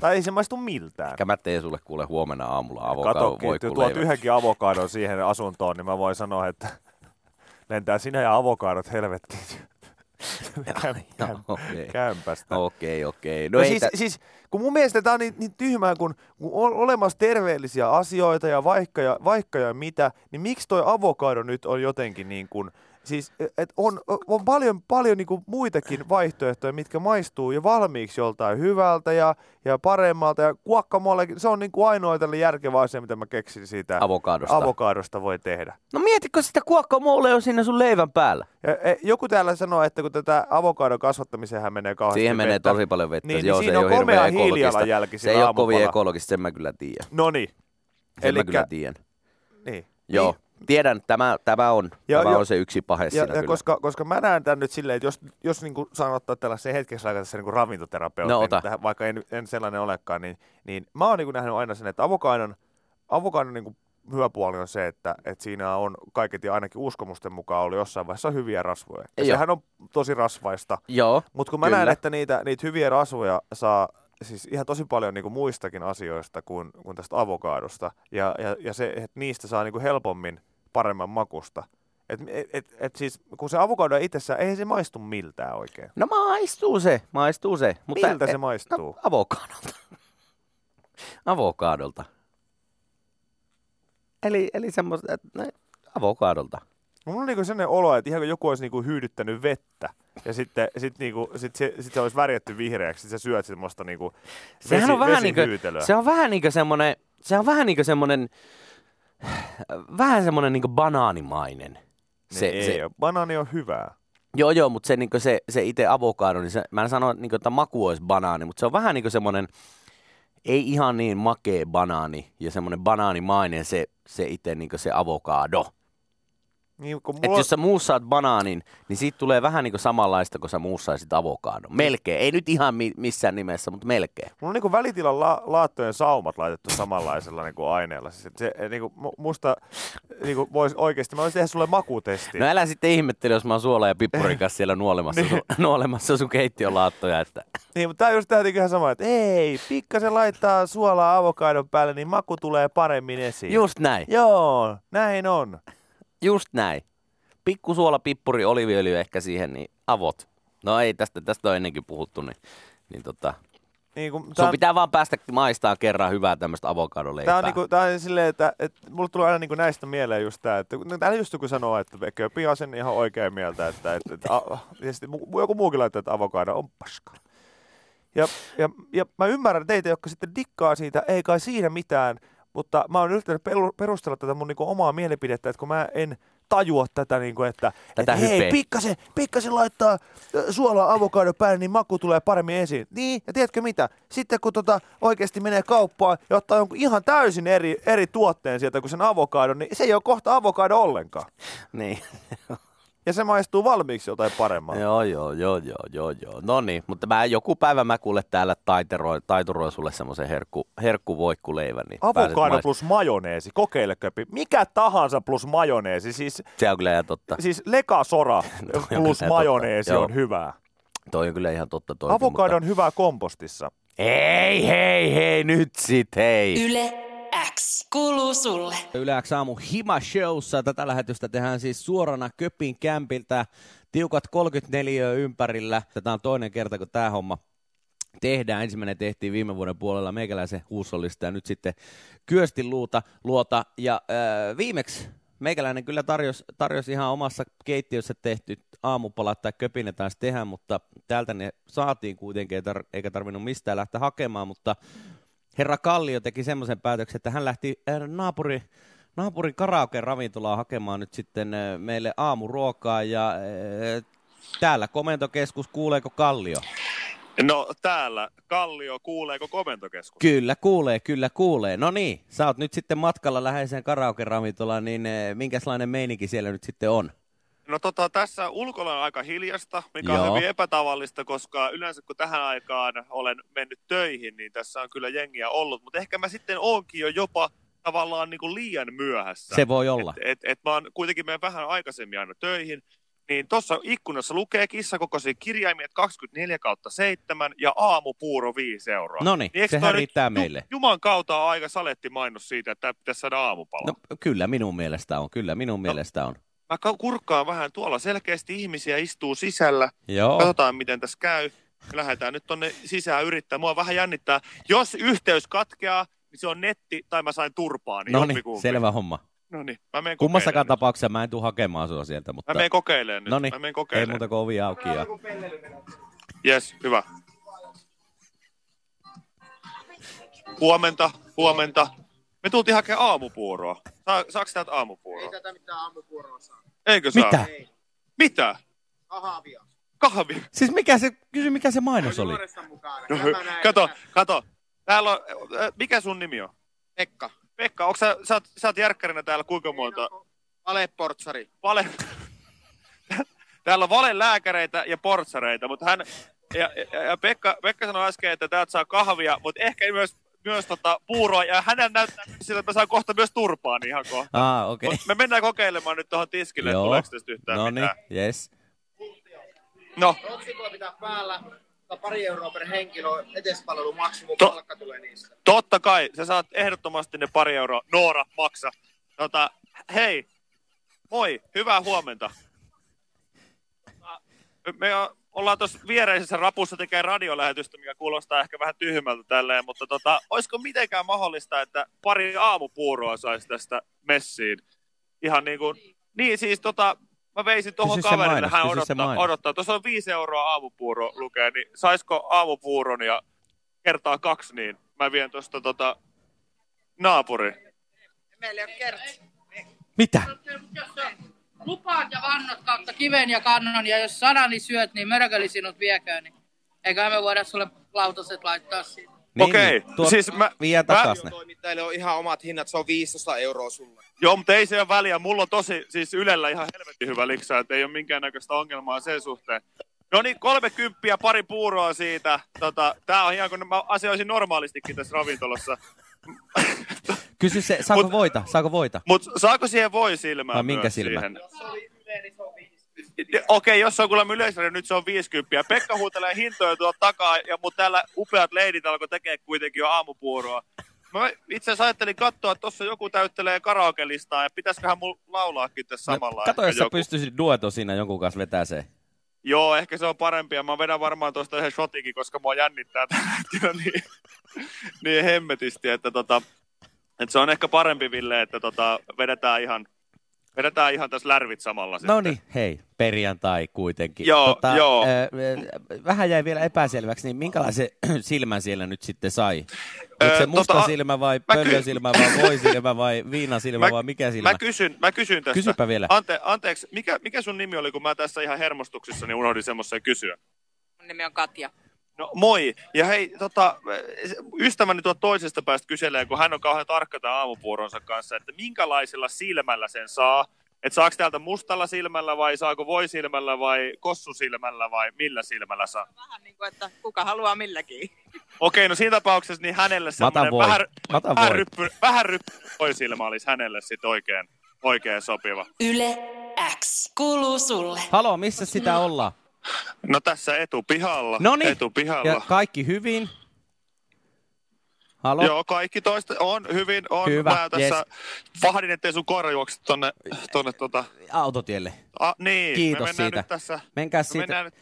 Speaker 3: tai ei se maistu miltään.
Speaker 2: Ehkä mä teen sulle kuule huomenna aamulla avokado
Speaker 3: Katokin, että tuot
Speaker 2: voikkuleivän.
Speaker 3: yhdenkin avokadon siihen asuntoon, niin mä voin sanoa, että lentää sinä ja avokadot helvettiin.
Speaker 2: No, Okei,
Speaker 3: Kämpästä.
Speaker 2: okei, okei.
Speaker 3: No,
Speaker 2: No, ei
Speaker 3: siis,
Speaker 2: tä-
Speaker 3: siis, kun mun mielestä tämä on niin, niin tyhmää, kun, kun on olemassa terveellisiä asioita ja vaikka, ja vaikka ja mitä, niin miksi toi avokado nyt on jotenkin niin kuin, siis et on, on paljon, paljon niin kuin muitakin vaihtoehtoja, mitkä maistuu jo valmiiksi joltain hyvältä ja, ja paremmalta ja guacamole, se on niin kuin ainoa tällä järkevä asia, mitä mä keksin siitä
Speaker 2: Avokadosta.
Speaker 3: avokadosta voi tehdä.
Speaker 2: No mietitkö sitä guacamole on siinä sun leivän päällä?
Speaker 3: Ja, e, joku täällä sanoo, että kun tätä avokadon kasvattamiseen menee kauheasti
Speaker 2: Siihen menee
Speaker 3: vettä.
Speaker 2: tosi paljon vettä.
Speaker 3: Niin, niin
Speaker 2: Joo,
Speaker 3: siinä
Speaker 2: se ei
Speaker 3: on
Speaker 2: ole
Speaker 3: komea
Speaker 2: hirveän ekologista.
Speaker 3: hiilijalanjälki
Speaker 2: Se
Speaker 3: sillä
Speaker 2: ei ole kovin
Speaker 3: aamupalalla.
Speaker 2: ekologista, sen mä kyllä tiedän.
Speaker 3: No niin.
Speaker 2: Sen mä kyllä tiedän.
Speaker 3: niin.
Speaker 2: Joo, tiedän, tämä, tämä on,
Speaker 3: Ja-
Speaker 2: tämä
Speaker 3: ja-
Speaker 2: on se yksi pahe siinä
Speaker 3: Ja, ja
Speaker 2: kyllä.
Speaker 3: koska, koska mä näen tämän nyt silleen, että jos, jos niin kuin saan ottaa tällaisen hetkeksi aikaa tässä niin ravintoterapeutin,
Speaker 2: No, ota.
Speaker 3: tähän, vaikka en, en sellainen olekaan, niin, niin mä oon niin kuin nähnyt aina sen, että avokadon, avokadon niin kuin hyvä puoli on se, että, että siinä on kaiket ja ainakin uskomusten mukaan oli jossain vaiheessa hyviä rasvoja. Ja
Speaker 2: Joo.
Speaker 3: sehän on tosi rasvaista.
Speaker 2: Joo,
Speaker 3: Mutta kun mä
Speaker 2: Kyllä.
Speaker 3: näen, että niitä, niitä hyviä rasvoja saa siis ihan tosi paljon niinku muistakin asioista kuin, kuin tästä avokaadosta. Ja, ja, ja se, että niistä saa niinku helpommin paremman makusta. Et, et, et, et siis, kun se avokaado itsessään, eihän se maistu miltään oikein.
Speaker 2: no maistuu se, maistuu se. Mutta
Speaker 3: Miltä se
Speaker 2: eh,
Speaker 3: maistuu?
Speaker 2: No, avokadolta. avokadolta. Eli, eli no, semmoista, että ne- avokadolta.
Speaker 3: Mulla on niinku sellainen olo, että ihan kuin joku olisi niinku hyydyttänyt vettä. Ja sitten sit niinku, sit se, sit se olisi värjätty vihreäksi, sit sä syöt semmoista niinku
Speaker 2: Sehän
Speaker 3: vesi,
Speaker 2: on vähän niinku,
Speaker 3: vesihyytelöä.
Speaker 2: se on vähän niinku semmonen, se on vähän niinku semmonen, vähän semmonen niinku banaanimainen. Se,
Speaker 3: niin,
Speaker 2: se,
Speaker 3: ei, ole. Banaani on hyvää.
Speaker 2: Joo, joo, mutta se, niin se, se itse avokado, niin se, mä en sano, niin kuin, että maku olisi banaani, mutta se on vähän niin kuin semmoinen, ei ihan niin makea banaani ja semmoinen banaanimainen se, se itse niin se avokado.
Speaker 3: Niin, kun
Speaker 2: Mulla...
Speaker 3: mulla...
Speaker 2: Et jos sä muussaat banaanin, niin siitä tulee vähän niin kuin samanlaista kuin sä muussaisit avokadon. Melkein, ei nyt ihan mi- missään nimessä, mutta melkein.
Speaker 3: Mulla on niinku välitilan la- laattojen saumat laitettu samanlaisella niinku aineella. Siis et se, et niinku, mu- musta niinku vois oikeesti, mä voisin tehdä sulle makutesti.
Speaker 2: No älä sitten ihmettele, jos mä oon suola ja pippurin kanssa siellä nuolemassa, sun, nuolemassa sun keittiölaattoja, että
Speaker 3: Niin, mutta tää on just tää jotenkin ihan sama, että ei, pikkasen laittaa suolaa avokadon päälle, niin maku tulee paremmin esiin.
Speaker 2: just näin.
Speaker 3: Joo, näin on.
Speaker 2: Just näin. Pikku suola, pippuri, oliviöljy ehkä siihen, niin avot. No ei, tästä, tästä on ennenkin puhuttu, niin, niin tota,
Speaker 3: Niin, kun,
Speaker 2: sun
Speaker 3: tää,
Speaker 2: pitää vaan päästä maistaa kerran hyvää tämmöistä avokadoleipää.
Speaker 3: tää on, niinku, tää on silleen, että, että mulle tulee aina niinku näistä mieleen just tää, että no, täällä just joku sanoo, että köpi on sen ihan oikein mieltä, että, että, että a, ja sitten mu- joku muukin laittaa, että avokado on paska. Ja, ja, ja mä ymmärrän teitä, jotka sitten dikkaa siitä, ei kai siinä mitään, mutta mä oon yrittänyt pelu- perustella tätä mun niinku omaa mielipidettä, että kun mä en tajua tätä, niinku, että,
Speaker 2: Tätä
Speaker 3: että hei,
Speaker 2: hypeä.
Speaker 3: pikkasen, pikkasen laittaa ö, suolaa avokadon päälle, niin maku tulee paremmin esiin. Niin, ja tiedätkö mitä? Sitten kun tota oikeasti menee kauppaan ja ottaa jonkun ihan täysin eri, eri tuotteen sieltä kuin sen avokadon, niin se ei ole kohta avokado ollenkaan.
Speaker 2: Niin.
Speaker 3: Ja se maistuu valmiiksi jotain paremmaa.
Speaker 2: Joo, joo, joo, joo, joo, joo. No niin, mutta mä joku päivä mä kuule täällä taiteroin, taituroin sulle semmoisen herkku, herkkuvoikkuleivän. Niin pääset
Speaker 3: Avokado
Speaker 2: maist-
Speaker 3: plus majoneesi, kokeilekö. Mikä tahansa plus majoneesi, siis,
Speaker 2: Se on kyllä ihan totta.
Speaker 3: siis lekasora
Speaker 2: No, on
Speaker 3: plus
Speaker 2: kyllä
Speaker 3: majoneesi
Speaker 2: totta.
Speaker 3: on
Speaker 2: Joo.
Speaker 3: hyvää.
Speaker 2: Toi on kyllä ihan totta. Toi
Speaker 3: Avokado on hyvää kompostissa.
Speaker 2: Hei, hei, hei, nyt sit, hei.
Speaker 5: Yle X. Kuuluu sulle.
Speaker 2: Yleäks aamu Hima Showssa. Tätä lähetystä tehdään siis suorana Köpin kämpiltä. Tiukat 34 ympärillä. Tämä on toinen kerta, kun tämä homma tehdään. Ensimmäinen tehtiin viime vuoden puolella meikäläisen huussollista ja nyt sitten Kyöstin luuta, luota. Ja öö, viimeksi meikäläinen kyllä tarjosi tarjos ihan omassa keittiössä tehty aamupalat tai köpinä taas tehdä, mutta täältä ne saatiin kuitenkin, ei tar- eikä tarvinnut mistään lähteä hakemaan, mutta herra Kallio teki semmoisen päätöksen, että hän lähti äh, naapuri, naapurin karaoke-ravintolaan hakemaan nyt sitten äh, meille aamuruokaa ja äh, täällä komentokeskus, kuuleeko Kallio?
Speaker 6: No täällä Kallio, kuuleeko komentokeskus?
Speaker 2: Kyllä kuulee, kyllä kuulee. No niin, sä oot nyt sitten matkalla läheiseen karaoke-ravintolaan, niin eh, minkäslainen meininki siellä nyt sitten on?
Speaker 6: No tota, tässä ulkona on aika hiljasta, mikä Joo.
Speaker 2: Joo.
Speaker 6: on hyvin epätavallista, koska yleensä kun tähän aikaan olen mennyt töihin, niin tässä on kyllä jengiä ollut. Mutta ehkä mä sitten oonkin jo jopa tavallaan niin kuin liian myöhässä.
Speaker 2: Se voi olla.
Speaker 6: Et, et, et mä oon kuitenkin menen vähän aikaisemmin aina töihin. Niin tuossa ikkunassa lukee kissakokoisia kirjaimia 24 kautta 7 ja aamupuuro 5 euroa.
Speaker 2: No niin,
Speaker 6: eikö
Speaker 2: sehän
Speaker 6: toi nyt
Speaker 2: riittää
Speaker 6: ju-
Speaker 2: meille.
Speaker 6: Juman kautta on aika saletti mainos siitä, että tää pitäisi saada aamupalaa.
Speaker 2: No kyllä minun mielestä on, kyllä
Speaker 6: No.
Speaker 2: minun mielestä on.
Speaker 6: Mä ka- kurkkaan vähän tuolla. Selkeästi ihmisiä istuu sisällä.
Speaker 2: Joo,
Speaker 6: Katsotaan, miten tässä käy. Lähdetään nyt tonne sisään yrittää. Mua vähän jännittää. Jos yhteys katkeaa, niin se on netti tai mä sain turpaa. Niin
Speaker 2: no niin, selvä homma.
Speaker 6: No niin, mä menen
Speaker 2: Kummassakaan
Speaker 6: kokeilemaan nyt.
Speaker 2: tapauksessa mä en tule hakemaan sua sieltä, mutta
Speaker 6: Mä menen kokeilemaan nyt.
Speaker 2: No niin,
Speaker 6: Mä menen
Speaker 2: ei
Speaker 6: kokeilemaan.
Speaker 2: muuta kuin ovi auki. Ja...
Speaker 6: Jes, hyvä. Huomenta, huomenta. Me tultiin hakemaan aamupuuroa. Saa, saaks täältä aamupuuroa?
Speaker 7: Ei tätä mitään aamupuoroa saa.
Speaker 6: Eikö saa?
Speaker 2: Mitä?
Speaker 6: Mitä?
Speaker 7: Ahavia.
Speaker 6: Kahvi.
Speaker 2: Siis mikä se, kysy mikä se mainos oli?
Speaker 7: Nuoresta mukana.
Speaker 6: No,
Speaker 7: Nämä näin.
Speaker 6: kato, kato. Täällä on, äh, mikä sun nimi on?
Speaker 7: Pekka.
Speaker 6: Pekka, onko sä, sä, oot, sä oot järkkärinä täällä kuinka monta?
Speaker 7: Valeportsari.
Speaker 6: Vale... täällä on valelääkäreitä ja portsareita, mutta hän... Ja, ja, ja Pekka, Pekka sanoi äsken, että täältä saa kahvia, mutta ehkä myös, myös tota, puuroa. Ja hänen näyttää myös siltä, että mä saan kohta myös turpaa niin ihan kohta.
Speaker 2: Ah, okei.
Speaker 6: Mut me mennään kokeilemaan nyt tuohon tiskille, että
Speaker 2: Joo.
Speaker 6: tuleeko tästä yhtään
Speaker 2: No niin,
Speaker 6: mitään.
Speaker 2: yes.
Speaker 6: No,
Speaker 7: Otsikoa pitää päällä. Mutta pari euroa per henkilö on edespalvelumaksu, kun
Speaker 6: To-
Speaker 7: palkka tulee niistä.
Speaker 6: totta kai. Sä saat ehdottomasti ne pari euroa. Noora, maksa. Tota, hei. Moi, hyvää huomenta. Tota, Me o- ollaan tuossa viereisessä rapussa tekee radiolähetystä, mikä kuulostaa ehkä vähän tyhmältä tälleen, mutta tota, olisiko mitenkään mahdollista, että pari aamupuuroa saisi tästä messiin? Ihan niin kuin, niin siis tota, mä veisin tuohon
Speaker 2: Kysy siis se
Speaker 6: kaverille,
Speaker 2: mainos,
Speaker 6: hän
Speaker 2: kysy se
Speaker 6: odottaa,
Speaker 2: mainos.
Speaker 6: odottaa. Tuossa on viisi euroa aamupuuro lukee, niin saisiko aamupuuron ja kertaa kaksi, niin mä vien tuosta tota, naapuri.
Speaker 7: Meillä ei ole kertsi.
Speaker 2: Mitä?
Speaker 8: jos sä lupaat ja vannot kautta kiven ja kannon, ja jos sanani syöt, niin mörköli sinut vieköön, niin eiköhän me voida sulle lautaset laittaa siitä.
Speaker 2: Niin,
Speaker 6: Okei,
Speaker 2: niin, tuo-
Speaker 6: siis mä-
Speaker 2: Vie
Speaker 6: mä-
Speaker 2: takas ne.
Speaker 7: Toimittajille on ihan omat hinnat, se on 15 euroa sulle.
Speaker 6: Joo, mutta ei se ole väliä. Mulla on tosi, siis Ylellä ihan helvetin hyvä liksa, että ei ole minkäännäköistä ongelmaa sen suhteen. No niin, kolme kymppiä, pari puuroa siitä. Tota, tää on ihan kun mä asioisin normaalistikin tässä ravintolassa.
Speaker 2: Kysy se, saako
Speaker 6: Mut-
Speaker 2: voita, saako voita?
Speaker 6: Mut saako siihen voi silmään
Speaker 2: Vai minkä
Speaker 6: myös
Speaker 2: silmä?
Speaker 6: Siihen? Okei, jos se on kuulemma yleisradio, nyt se on 50. Pekka huutelee hintoja tuolta takaa, ja, mutta täällä upeat leidit alkoi tekee kuitenkin jo aamupuuroa. Mä itse asiassa ajattelin katsoa, että tuossa joku täyttelee karaokelistaa, ja pitäisiköhän mulla laulaakin tässä samalla.
Speaker 2: No, Kato,
Speaker 6: ehkä
Speaker 2: jos sä
Speaker 6: joku.
Speaker 2: pystyisit dueto siinä jonkun kanssa vetäseen.
Speaker 6: Joo, ehkä se on parempi. Ja mä vedän varmaan tuosta yhden shotikin, koska mua jännittää tällä hetkellä niin, niin hemmetisti, että, tota, että se on ehkä parempi, Ville, että tota, vedetään ihan Vedetään ihan tässä lärvit samalla sitten.
Speaker 2: No niin, hei, perjantai kuitenkin. Tota,
Speaker 6: Joo, joo.
Speaker 2: ö, ö, vähän jäi vielä epäselväksi, niin minkälaisen silmän siellä nyt sitten sai? Onko se
Speaker 6: Ö,
Speaker 2: musta
Speaker 6: tota,
Speaker 2: silmä vai
Speaker 6: mä ky-
Speaker 2: pöllösilmä vai voisilmä vai viinasilmä vai mikä silmä?
Speaker 6: Mä kysyn, mä kysyn tästä.
Speaker 2: Kysypä vielä.
Speaker 6: Ante, anteeksi, mikä, mikä sun nimi oli, kun mä tässä ihan hermostuksessa niin unohdin semmoisen kysyä?
Speaker 8: Mun nimi on Katja.
Speaker 6: No moi. Ja hei, tota, ystäväni tuo toisesta päästä kyselee, kun hän on kauhean tarkka tämän aamupuuronsa kanssa, että minkälaisella silmällä sen saa. Että saako täältä mustalla silmällä vai saako voi silmällä vai kossusilmällä vai millä silmällä saa.
Speaker 9: Vähän niin kuin, että kuka haluaa milläkin.
Speaker 6: Okei, no siinä tapauksessa niin hänelle semmoinen
Speaker 2: voi.
Speaker 6: vähän,
Speaker 2: Mä otan
Speaker 6: vähän,
Speaker 2: voi.
Speaker 6: ryppy, vähän ryppy voi silmä olisi hänelle sitten oikein, oikein sopiva.
Speaker 5: Yle X. Kuuluu sulle.
Speaker 2: Halo, missä
Speaker 6: Mm.
Speaker 2: sitä ollaan?
Speaker 6: No tässä etupihalla.
Speaker 2: No niin,
Speaker 6: Etupihalla.
Speaker 2: ja kaikki hyvin? Halo?
Speaker 6: Joo, kaikki toista on hyvin. On.
Speaker 2: Hyvä,
Speaker 6: Mä tässä vahdin, ettei sun koira juokse tonne, tonne tota.
Speaker 2: Autotielle.
Speaker 6: A, niin,
Speaker 2: Kiitos
Speaker 6: me mennään
Speaker 2: siitä.
Speaker 6: Nyt tässä,
Speaker 2: Menkää
Speaker 6: me,
Speaker 2: siitä.
Speaker 6: mennään nyt,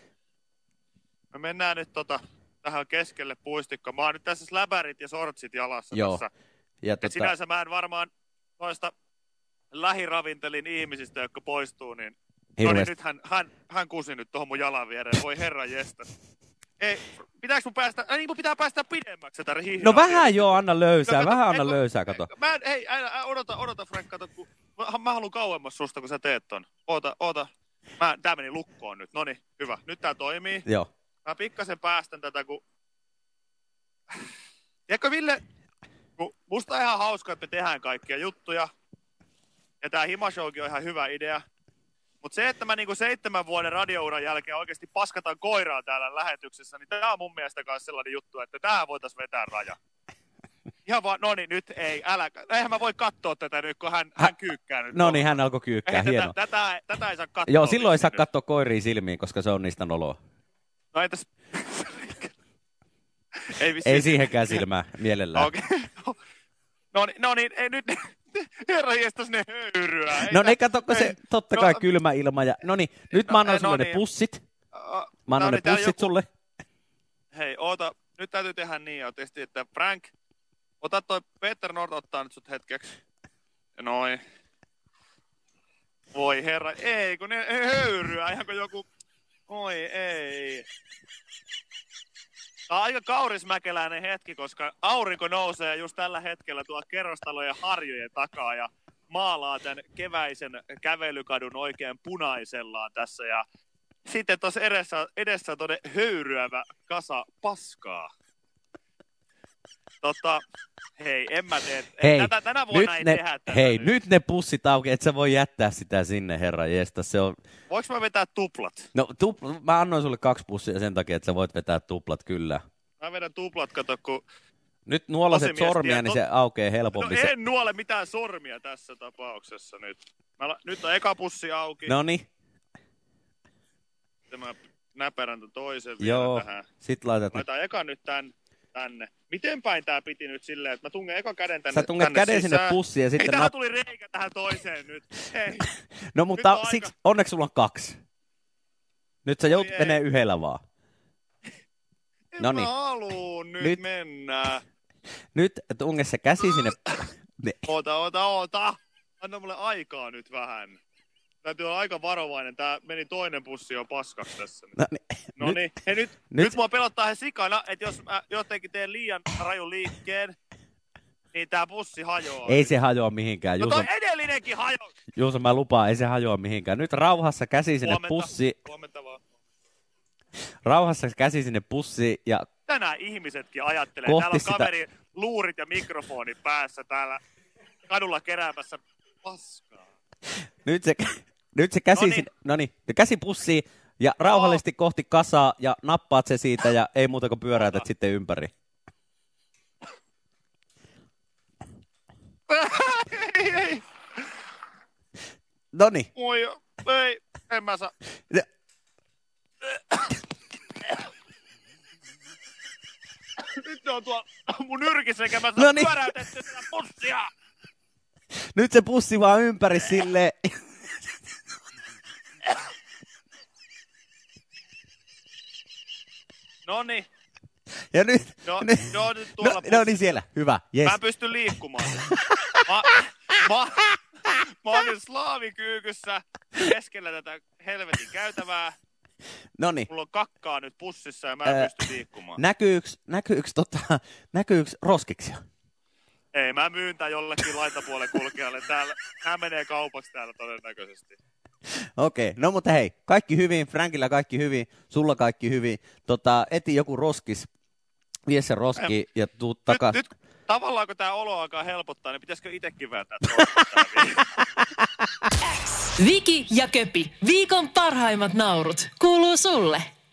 Speaker 6: me mennään nyt tota, tähän keskelle puistikko. Mä oon nyt tässä läpärit ja sortsit jalassa
Speaker 2: Joo,
Speaker 6: tässä.
Speaker 2: Ja
Speaker 6: Et
Speaker 2: tota,
Speaker 6: sinänsä mä en varmaan noista lähiravintelin ihmisistä, jotka poistuu, niin No niin,
Speaker 2: hirveästi.
Speaker 6: nyt hän, hän, hän kusi nyt tuohon mun jalan viereen. Voi herra jesta. Ei, pitääkö mun päästä, ai niin mun pitää päästä pidemmäksi tätä hihnaa.
Speaker 2: No vähän joo, anna löysää,
Speaker 6: No, kato,
Speaker 2: vähän
Speaker 6: ei,
Speaker 2: anna
Speaker 6: kun-
Speaker 2: löysää, kato.
Speaker 6: Mä en, hei, älä, älä, odota, odota Frank, kato, kun mä, mä haluan kauemmas susta, kun sä teet ton. Oota, oota. Mä, tää meni lukkoon nyt, no niin, hyvä. Nyt tää toimii.
Speaker 2: Joo.
Speaker 6: Mä pikkasen päästän tätä, kun... Tiedätkö Ville, kun musta on ihan hauska, että me tehdään kaikkia juttuja. Ja tää Himashoukin on ihan hyvä idea. Mut se, että mä niinku seitsemän vuoden radiouran jälkeen oikeasti paskataan koiraa täällä lähetyksessä, niin tää on mun mielestä myös sellainen juttu, että tähän voitais vetää raja. Ihan vaan, no niin, nyt ei, älä. Eihän mä voi katsoa tätä nyt, kun hän, hän kyykkää nyt.
Speaker 2: No niin, hän alkoi kyykkää,
Speaker 6: Eihän
Speaker 2: hienoa.
Speaker 6: tätä, tätä, tätä, ei saa katsoa.
Speaker 2: Joo, silloin ei
Speaker 6: vissiin
Speaker 2: saa
Speaker 6: nyt.
Speaker 2: katsoa koiriin silmiin, koska se on niistä noloa.
Speaker 6: No entäs... ei vissiin.
Speaker 2: Ei siihenkään silmää mielellään.
Speaker 6: siis- Okei. No niin, no niin, ei nyt... Herra jestas ne höyryää. Ei
Speaker 2: No
Speaker 6: tää-
Speaker 2: ne kato, kun se
Speaker 6: ei.
Speaker 2: totta
Speaker 6: No,
Speaker 2: kai kylmä ilma. Ja... No niin, nyt mä annan
Speaker 6: no
Speaker 2: sulle ne
Speaker 6: niin.
Speaker 2: pussit.
Speaker 6: a-
Speaker 2: Mä annan
Speaker 6: no
Speaker 2: ne
Speaker 6: niin, täällä
Speaker 2: pussit
Speaker 6: joku-
Speaker 2: sulle.
Speaker 6: Hei, oota, nyt täytyy tehdä niin ja tietysti, että Frank, ota toi Peter Nord ottaa nyt sut hetkeksi. Noin. Voi herra, ei kun ne ne höyryää, ihan kuin joku... Oi ei. Tää on aika kaurismäkeläinen hetki, koska aurinko nousee just tällä hetkellä tuolla kerrostalojen harjojen takaa ja maalaa tämän keväisen kävelykadun oikein punaisellaan tässä ja sitten tuossa edessä, edessä on tuonne höyryävä kasa paskaa. Totta, hei, en mä tee.
Speaker 2: Hei,
Speaker 6: tätä, tänä
Speaker 2: nyt
Speaker 6: vuonna ei
Speaker 2: ne,
Speaker 6: tehdä tätä.
Speaker 2: hei, nyt ne pussit auki, et sä voi jättää sitä sinne, herra jesta. Se on...
Speaker 6: Voinko mä vetää tuplat?
Speaker 2: No, tup... mä annoin sulle kaksi pussia sen takia, että sä voit vetää tuplat, kyllä.
Speaker 6: Mä vedän tuplat, kato, kun...
Speaker 2: Nyt nuolaset
Speaker 6: Tosi mies
Speaker 2: sormia,
Speaker 6: tie-
Speaker 2: niin
Speaker 6: tot-
Speaker 2: se aukeaa
Speaker 6: No
Speaker 2: helpommin. se...
Speaker 6: en nuole mitään sormia tässä tapauksessa nyt. Mä, la- nyt on eka pussi auki. No.
Speaker 2: no niin,
Speaker 6: Sitten mä näperän tän toisen vielä
Speaker 2: joo.
Speaker 6: tähän.
Speaker 2: Sit laitat ne.
Speaker 6: Laitan eka nyt tän, tänne. Miten päin tää piti nyt silleen, että mä tungen eka käden tänne
Speaker 2: Sä tunget
Speaker 6: tänne
Speaker 2: käden sinne
Speaker 6: sisään.
Speaker 2: pussiin ja
Speaker 6: Ei,
Speaker 2: sitten...
Speaker 6: tähän
Speaker 2: Nap...
Speaker 6: tuli reikä tähän toiseen nyt. Hei.
Speaker 2: No
Speaker 6: Nyt
Speaker 2: mutta
Speaker 6: on
Speaker 2: siksi,
Speaker 6: aika.
Speaker 2: onneksi sulla on kaksi. Nyt sä joudut
Speaker 6: Oi ei.
Speaker 2: menee yhdellä vaan.
Speaker 6: En
Speaker 2: No
Speaker 6: no
Speaker 2: niin.
Speaker 6: niin. mä haluun nyt,
Speaker 2: Nyt.
Speaker 6: nyt. mennä.
Speaker 2: Nyt tunge se käsi sinne. Ne.
Speaker 6: Oota, oota, oota. Anna mulle aikaa nyt vähän. Täytyy olla aika varovainen. Tää meni toinen pussi jo paskaksi tässä.
Speaker 2: No, niin.
Speaker 6: No niin, hei nyt,
Speaker 2: nyt-
Speaker 6: nyt, nyt mua pelottaa he sikana, että jos mä jotenkin teen liian raju liikkeen, niin tää pussi hajoaa.
Speaker 2: Ei se hajoa mihinkään,
Speaker 6: No
Speaker 2: Juuso,
Speaker 6: toi edellinenkin hajoaa.
Speaker 2: Juuso, mä lupaan, ei se hajoa mihinkään. Nyt rauhassa käsi sinne
Speaker 6: Huomenta.
Speaker 2: pussi,
Speaker 6: Huomenta vaan.
Speaker 2: rauhassa käsi sinne pussi ja
Speaker 6: Tänään ihmisetkin ajattelee.
Speaker 2: Kohti
Speaker 6: täällä on
Speaker 2: sitä-
Speaker 6: kaveri luurit ja mikrofoni päässä täällä kadulla keräämässä paskaa.
Speaker 2: nyt se, nyt se käsi,
Speaker 6: Noniin.
Speaker 2: sinne, no niin, ja käsi pussiin ja rauhallisesti
Speaker 6: Oh.
Speaker 2: kohti kasaa ja nappaat se siitä ja ei muuta kuin pyöräytät sitten ympäri.
Speaker 6: ei, ei.
Speaker 2: No niin,
Speaker 6: Moi, ei, en mä saa.
Speaker 2: Ja-
Speaker 6: Nyt ne on tuolla mun nyrkissä, eikä mä
Speaker 2: No
Speaker 6: saa
Speaker 2: niin.
Speaker 6: pyöräytetty sitä pussia.
Speaker 2: nyt se pussi vaan ympäri sille.
Speaker 6: No niin,
Speaker 2: Ja nyt,
Speaker 6: no,
Speaker 2: nyt
Speaker 6: no nyt tuolla
Speaker 2: no, no niin siellä, hyvä, jes.
Speaker 6: Mä pystyn liikkumaan. Mä, mä, Mä olin slaavikyykyssä keskellä tätä helvetin käytävää.
Speaker 2: No niin.
Speaker 6: Mulla on kakkaa nyt pussissa ja mä en
Speaker 2: Ää,
Speaker 6: pysty liikkumaan.
Speaker 2: Näkyyks, näkyyks, tota, näkyyks roskiksia?
Speaker 6: Ei, mä myyn tää jollekin laitapuolen kulkijalle. Täällä, nämä menee kaupaksi täällä todennäköisesti.
Speaker 2: Okei, no mutta hei, kaikki hyvin, Frankilla kaikki hyvin, sulla kaikki hyvin. Tota, eti joku roskis, vie se roski ja tuu takas.
Speaker 6: Nyt, nyt tavallaan kun tää olo alkaa helpottaa, niin pitäisikö itekin vääntää tosta tää vielä?
Speaker 1: Viki ja Köpi, viikon parhaimmat naurut, kuuluu sulle.